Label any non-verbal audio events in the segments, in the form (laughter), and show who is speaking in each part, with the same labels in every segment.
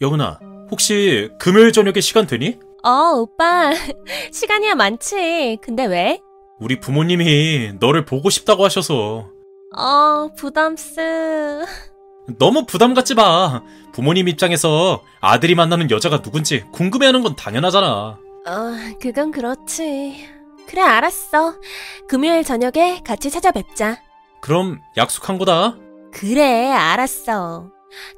Speaker 1: 여은아, 혹시 금요일 저녁에 시간 되니?
Speaker 2: 어, 오빠. (laughs) 시간이야 많지. 근데 왜?
Speaker 1: 우리 부모님이 너를 보고 싶다고 하셔서.
Speaker 2: 어, 부담스.
Speaker 1: 너무 부담 갖지 마. 부모님 입장에서 아들이 만나는 여자가 누군지 궁금해하는 건 당연하잖아.
Speaker 2: 어, 그건 그렇지. 그래, 알았어. 금요일 저녁에 같이 찾아뵙자.
Speaker 1: 그럼 약속한 거다.
Speaker 2: 그래, 알았어.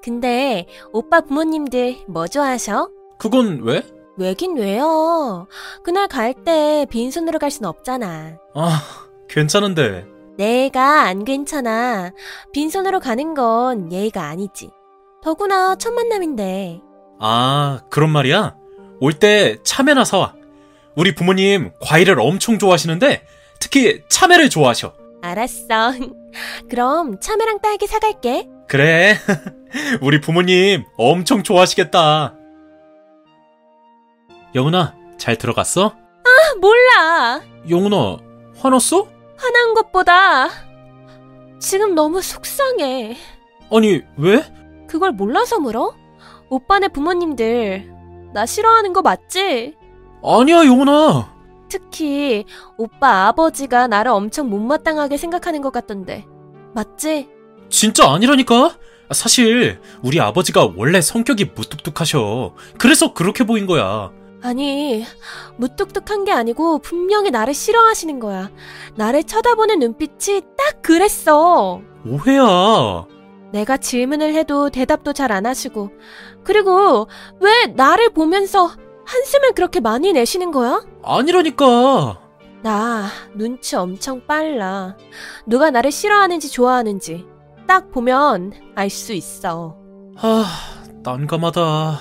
Speaker 2: 근데 오빠 부모님들 뭐 좋아하셔?
Speaker 1: 그건 왜?
Speaker 2: 왜긴 왜요. 그날 갈 때 빈손으로 갈 순 없잖아.
Speaker 1: 아, 괜찮은데.
Speaker 2: 내가 안 괜찮아. 빈손으로 가는 건 예의가 아니지. 더구나 첫 만남인데.
Speaker 1: 아, 그런 말이야? 올 때 참외나 사와. 우리 부모님 과일을 엄청 좋아하시는데 특히 참외를 좋아하셔.
Speaker 2: 알았어. (laughs) 그럼 참외랑 딸기 사갈게.
Speaker 1: 그래. (laughs) 우리 부모님 엄청 좋아하시겠다. 영은아, 잘 들어갔어?
Speaker 2: 아, 몰라.
Speaker 1: 영은아, 화났어?
Speaker 2: 화난 것보다 지금 너무 속상해.
Speaker 1: 아니, 왜?
Speaker 2: 그걸 몰라서 물어? 오빠네 부모님들 나 싫어하는 거 맞지?
Speaker 1: 아니야, 영은아.
Speaker 2: 특히 오빠 아버지가 나를 엄청 못마땅하게 생각하는 것 같던데. 맞지?
Speaker 1: 진짜 아니라니까? 사실, 우리 아버지가 원래 성격이 무뚝뚝하셔. 그래서 그렇게 보인 거야.
Speaker 2: 아니, 무뚝뚝한 게 아니고 분명히 나를 싫어하시는 거야. 나를 쳐다보는 눈빛이 딱 그랬어.
Speaker 1: 오해야.
Speaker 2: 내가 질문을 해도 대답도 잘 안 하시고. 그리고 왜 나를 보면서 한숨을 그렇게 많이 내시는 거야?
Speaker 1: 아니라니까.
Speaker 2: 나 눈치 엄청 빨라. 누가 나를 싫어하는지 좋아하는지 딱 보면 알 수 있어.
Speaker 1: 아, 난감하다.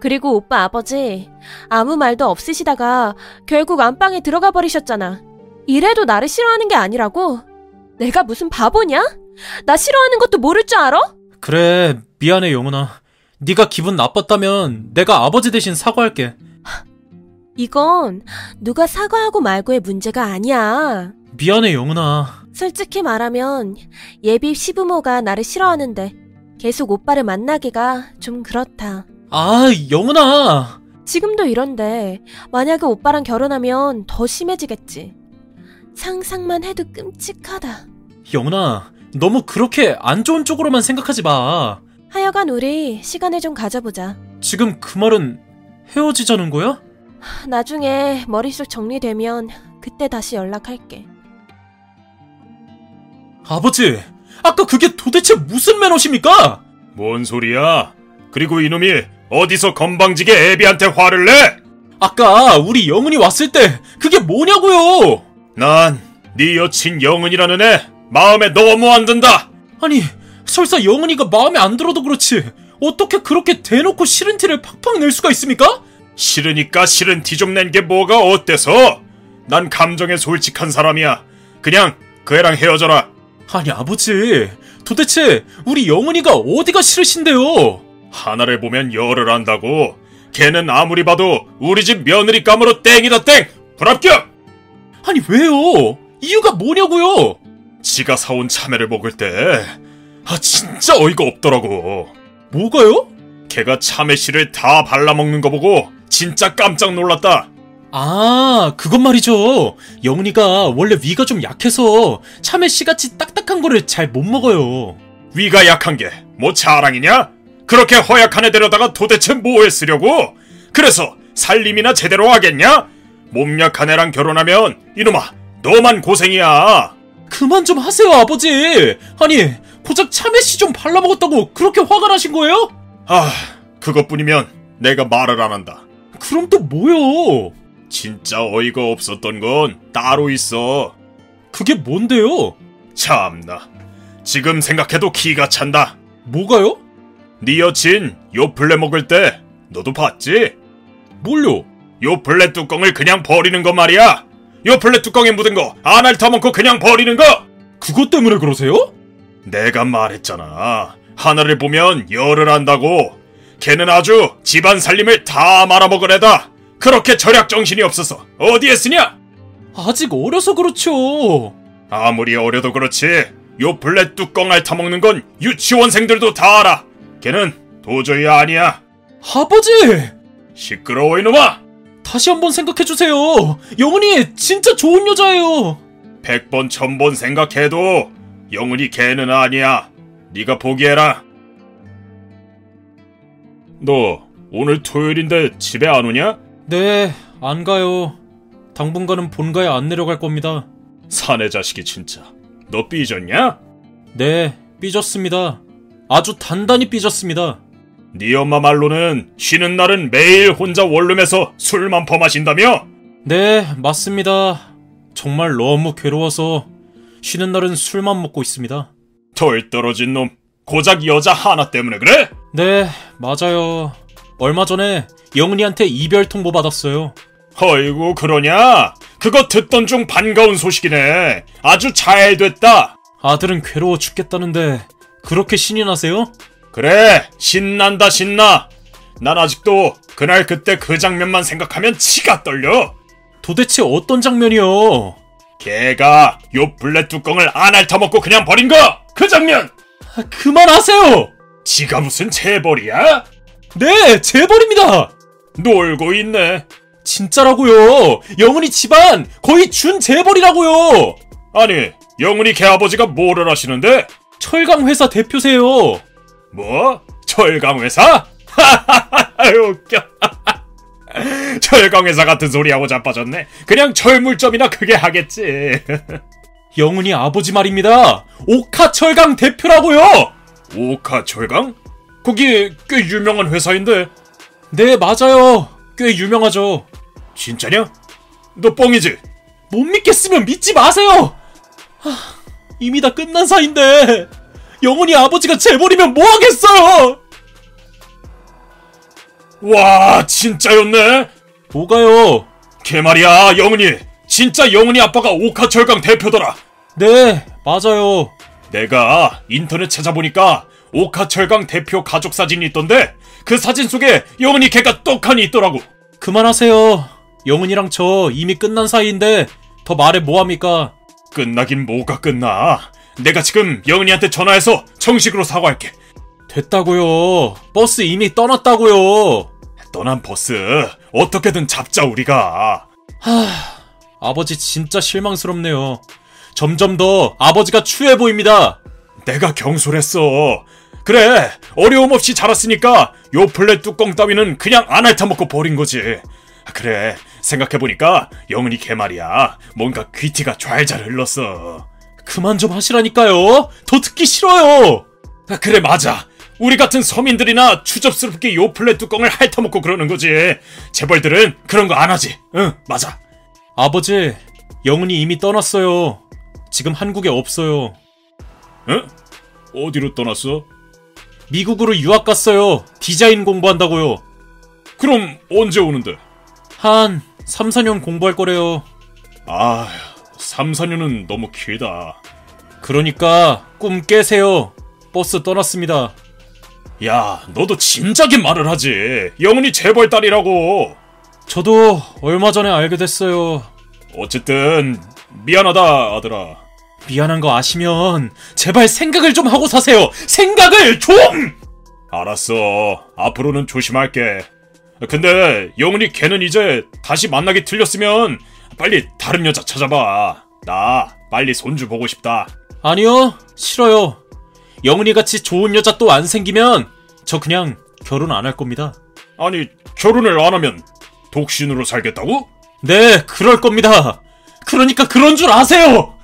Speaker 2: 그리고 오빠 아버지 아무 말도 없으시다가 결국 안방에 들어가 버리셨잖아. 이래도 나를 싫어하는 게 아니라고? 내가 무슨 바보냐? 나 싫어하는 것도 모를 줄 알아?
Speaker 1: 그래, 미안해, 영은아. 네가 기분 나빴다면 내가 아버지 대신 사과할게.
Speaker 2: 이건 누가 사과하고 말고의 문제가 아니야.
Speaker 1: 미안해, 영은아.
Speaker 2: 솔직히 말하면 예비 시부모가 나를 싫어하는데 계속 오빠를 만나기가 좀 그렇다.
Speaker 1: 아, 영은아.
Speaker 2: 지금도 이런데 만약에 오빠랑 결혼하면 더 심해지겠지. 상상만 해도 끔찍하다.
Speaker 1: 영은아, 너무 그렇게 안 좋은 쪽으로만 생각하지 마.
Speaker 2: 하여간 우리 시간을 좀 가져보자.
Speaker 1: 지금 그 말은 헤어지자는 거야?
Speaker 2: 나중에 머릿속 정리되면 그때 다시 연락할게.
Speaker 1: 아버지, 아까 그게 도대체 무슨 매너십니까?
Speaker 3: 뭔 소리야? 그리고 이놈이 어디서 건방지게 애비한테 화를 내?
Speaker 1: 아까 우리 영은이 왔을 때 그게 뭐냐고요?
Speaker 3: 난 네 여친 영은이라는 애 마음에 너무 안 든다.
Speaker 1: 아니, 설사 영은이가 마음에 안 들어도 그렇지. 어떻게 그렇게 대놓고 싫은 티를 팍팍 낼 수가 있습니까?
Speaker 3: 싫으니까 싫은 티 좀 낸 게 뭐가 어때서? 난 감정에 솔직한 사람이야. 그냥 그 애랑 헤어져라.
Speaker 1: 아니, 아버지, 도대체 우리 영은이가 어디가 싫으신데요?
Speaker 3: 하나를 보면 열을 안다고. 걔는 아무리 봐도 우리 집 며느리감으로 땡이다 땡. 불합격.
Speaker 1: 아니, 왜요? 이유가 뭐냐고요?
Speaker 3: 지가 사온 참외를 먹을 때, 아 진짜 어이가 없더라고.
Speaker 1: 뭐가요?
Speaker 3: 걔가 참외 씨를 다 발라먹는 거 보고 진짜 깜짝 놀랐다.
Speaker 1: 아, 그건 말이죠. 영훈이가 원래 위가 좀 약해서 참외 씨같이 딱딱한 거를 잘 못 먹어요.
Speaker 3: 위가 약한 게 뭐 자랑이냐? 그렇게 허약한 애 데려다가 도대체 뭐에 쓰려고? 그래서 살림이나 제대로 하겠냐? 몸 약한 애랑 결혼하면 이놈아 너만 고생이야.
Speaker 1: 그만 좀 하세요, 아버지. 아니, 고작 참외 씨 좀 발라먹었다고 그렇게 화가 나신 거예요?
Speaker 3: 아 그것뿐이면 내가 말을 안 한다.
Speaker 1: 그럼 또 뭐요?
Speaker 3: 진짜 어이가 없었던 건 따로 있어.
Speaker 1: 그게 뭔데요?
Speaker 3: 참나 지금 생각해도 기가 찬다.
Speaker 1: 뭐가요?
Speaker 3: 네 여친 요플레 먹을 때 너도 봤지?
Speaker 1: 뭘요?
Speaker 3: 요플레 뚜껑을 그냥 버리는 거 말이야. 요플레 뚜껑에 묻은 거 안 핥아먹고 그냥 버리는 거.
Speaker 1: 그것 때문에 그러세요?
Speaker 3: 내가 말했잖아. 하나를 보면 열을 안다고. 걔는 아주 집안 살림을 다 말아먹을 애다. 그렇게 절약 정신이 없어서 어디에 쓰냐?
Speaker 1: 아직 어려서 그렇죠.
Speaker 3: 아무리 어려도 그렇지. 요플레 뚜껑 핥아먹는 건 유치원생들도 다 알아. 걔는 도저히 아니야.
Speaker 1: 아버지!
Speaker 3: 시끄러워 이놈아!
Speaker 1: 다시 한번 생각해주세요. 영은이 진짜 좋은 여자예요.
Speaker 3: 백번 천번 생각해도 영은이 걔는 아니야. 네가 포기해라. 너 오늘 토요일인데 집에 안 오냐?
Speaker 1: 네, 안 가요. 당분간은 본가에 안 내려갈 겁니다.
Speaker 3: 사내 자식이 진짜. 너 삐졌냐?
Speaker 1: 네, 삐졌습니다. 아주 단단히 삐졌습니다.
Speaker 3: 네 엄마 말로는 쉬는 날은 매일 혼자 원룸에서 술만 퍼마신다며?
Speaker 1: 네, 맞습니다. 정말 너무 괴로워서 쉬는 날은 술만 먹고 있습니다.
Speaker 3: 덜 떨어진 놈. 고작 여자 하나 때문에 그래?
Speaker 1: 네, 맞아요. 얼마 전에 영은이한테 이별 통보 받았어요.
Speaker 3: 어이구 그러냐? 그거 듣던 중 반가운 소식이네. 아주 잘 됐다.
Speaker 1: 아들은 괴로워 죽겠다는데 그렇게 신이 나세요?
Speaker 3: 그래 신난다 신나 난 아직도 그날 그때 그 장면만 생각하면 치가 떨려
Speaker 1: 도대체 어떤 장면이요?
Speaker 3: 걔가 요 블랙 뚜껑을 안 핥아먹고 그냥 버린 거 그 장면
Speaker 1: 아, 그만하세요!
Speaker 3: 지가 무슨 재벌이야?
Speaker 1: 네, 재벌입니다!
Speaker 3: 놀고 있네
Speaker 1: 진짜라고요! 영은이 집안 거의 준 재벌이라고요!
Speaker 3: 아니 영훈이 걔 아버지가 뭐를 하시는데?
Speaker 1: 철강회사 대표세요!
Speaker 3: 뭐? 철강회사? (laughs) 웃겨 (laughs) 철강회사 같은 소리하고 자빠졌네 그냥 철물점이나 크게 하겠지 (laughs)
Speaker 1: 영은이 아버지 말입니다. 오카철강 대표라고요.
Speaker 3: 오카철강? 거기 꽤 유명한 회사인데
Speaker 1: 네, 맞아요. 꽤 유명하죠.
Speaker 3: 진짜냐? 너 뻥이지?
Speaker 1: 못 믿겠으면 믿지 마세요. 하, 이미 다 끝난 사이인데 영은이 아버지가 재벌이면 뭐 하겠어요?
Speaker 3: 와 진짜였네
Speaker 1: 뭐가요?
Speaker 3: 걔 말이야 영은이 진짜 영은이 아빠가 오카철강 대표더라
Speaker 1: 네, 맞아요.
Speaker 3: 내가 인터넷 찾아보니까 오카철강 대표 가족 사진이 있던데 그 사진 속에 영은이 걔가 떡하니 있더라고
Speaker 1: 그만하세요. 영은이랑 저 이미 끝난 사이인데 더 말해 뭐합니까?
Speaker 3: 끝나긴 뭐가 끝나 내가 지금 영은이한테 전화해서 정식으로 사과할게
Speaker 1: 됐다고요. 버스 이미 떠났다고요.
Speaker 3: 떠난 버스 어떻게든 잡자 우리가
Speaker 1: 아버지 진짜 실망스럽네요. 점점 더 아버지가 추해 보입니다.
Speaker 3: 내가 경솔했어. 그래, 어려움 없이 자랐으니까 요 플랫 뚜껑 따위는 그냥 안 핥아먹고 버린 거지. 그래, 생각해보니까 영은이 걔 말이야. 뭔가 귀티가 좔좔 흘렀어.
Speaker 1: 그만 좀 하시라니까요. 더 듣기 싫어요.
Speaker 3: 아, 그래, 맞아. 우리 같은 서민들이나 추접스럽게 요 플랫 뚜껑을 핥아먹고 그러는 거지. 재벌들은 그런 거 안 하지. 응, 맞아.
Speaker 1: 아버지, 영은이 이미 떠났어요. 지금 한국에 없어요.
Speaker 3: 응? 어디로 떠났어?
Speaker 1: 미국으로 유학 갔어요. 디자인 공부한다고요.
Speaker 3: 그럼 언제 오는데?
Speaker 1: 한 3, 4년 공부할 거래요.
Speaker 3: 아, 3, 4년은 너무 길다.
Speaker 1: 그러니까 꿈 깨세요. 버스 떠났습니다.
Speaker 3: 야, 너도 진작에 말을 하지. 영훈이 재벌 딸이라고.
Speaker 1: 저도 얼마 전에 알게 됐어요.
Speaker 3: 어쨌든 미안하다, 아들아.
Speaker 1: 미안한 거 아시면 제발 생각을 좀 하고 사세요. 생각을 좀!
Speaker 3: 알았어. 앞으로는 조심할게. 근데 영훈이 걔는 이제 다시 만나기 틀렸으면 빨리 다른 여자 찾아봐. 나 빨리 손주 보고 싶다.
Speaker 1: 아니요, 싫어요. 영은이 같이 좋은 여자 또 안 생기면 저 그냥 결혼 안 할 겁니다.
Speaker 3: 아니, 결혼을 안 하면 독신으로 살겠다고?
Speaker 1: 네, 그럴 겁니다. 그러니까 그런 줄 아세요!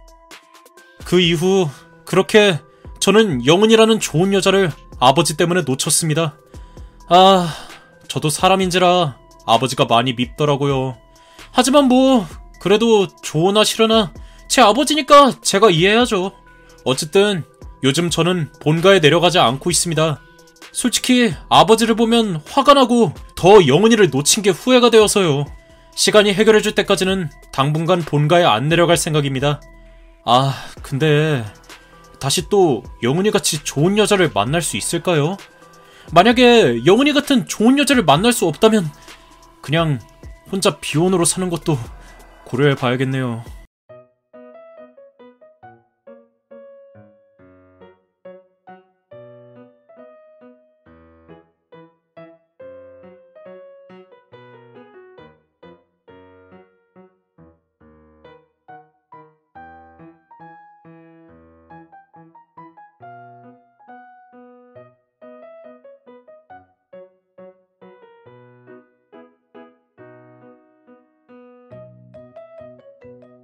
Speaker 1: 그 이후, 그렇게 저는 영은이라는 좋은 여자를 아버지 때문에 놓쳤습니다. 아, 저도 사람인지라 아버지가 많이 밉더라고요. 하지만 뭐, 그래도 좋으나 싫으나 제 아버지니까 제가 이해해야죠. 어쨌든, 요즘 저는 본가에 내려가지 않고 있습니다. 솔직히 아버지를 보면 화가 나고 더 영은이를 놓친 게 후회가 되어서요. 시간이 해결해 줄 때까지는 당분간 본가에 안 내려갈 생각입니다. 아, 근데 다시 또 영은이 같이 좋은 여자를 만날 수 있을까요? 만약에 영은이 같은 좋은 여자를 만날 수 없다면 그냥 혼자 비혼으로 사는 것도 고려해 봐야겠네요.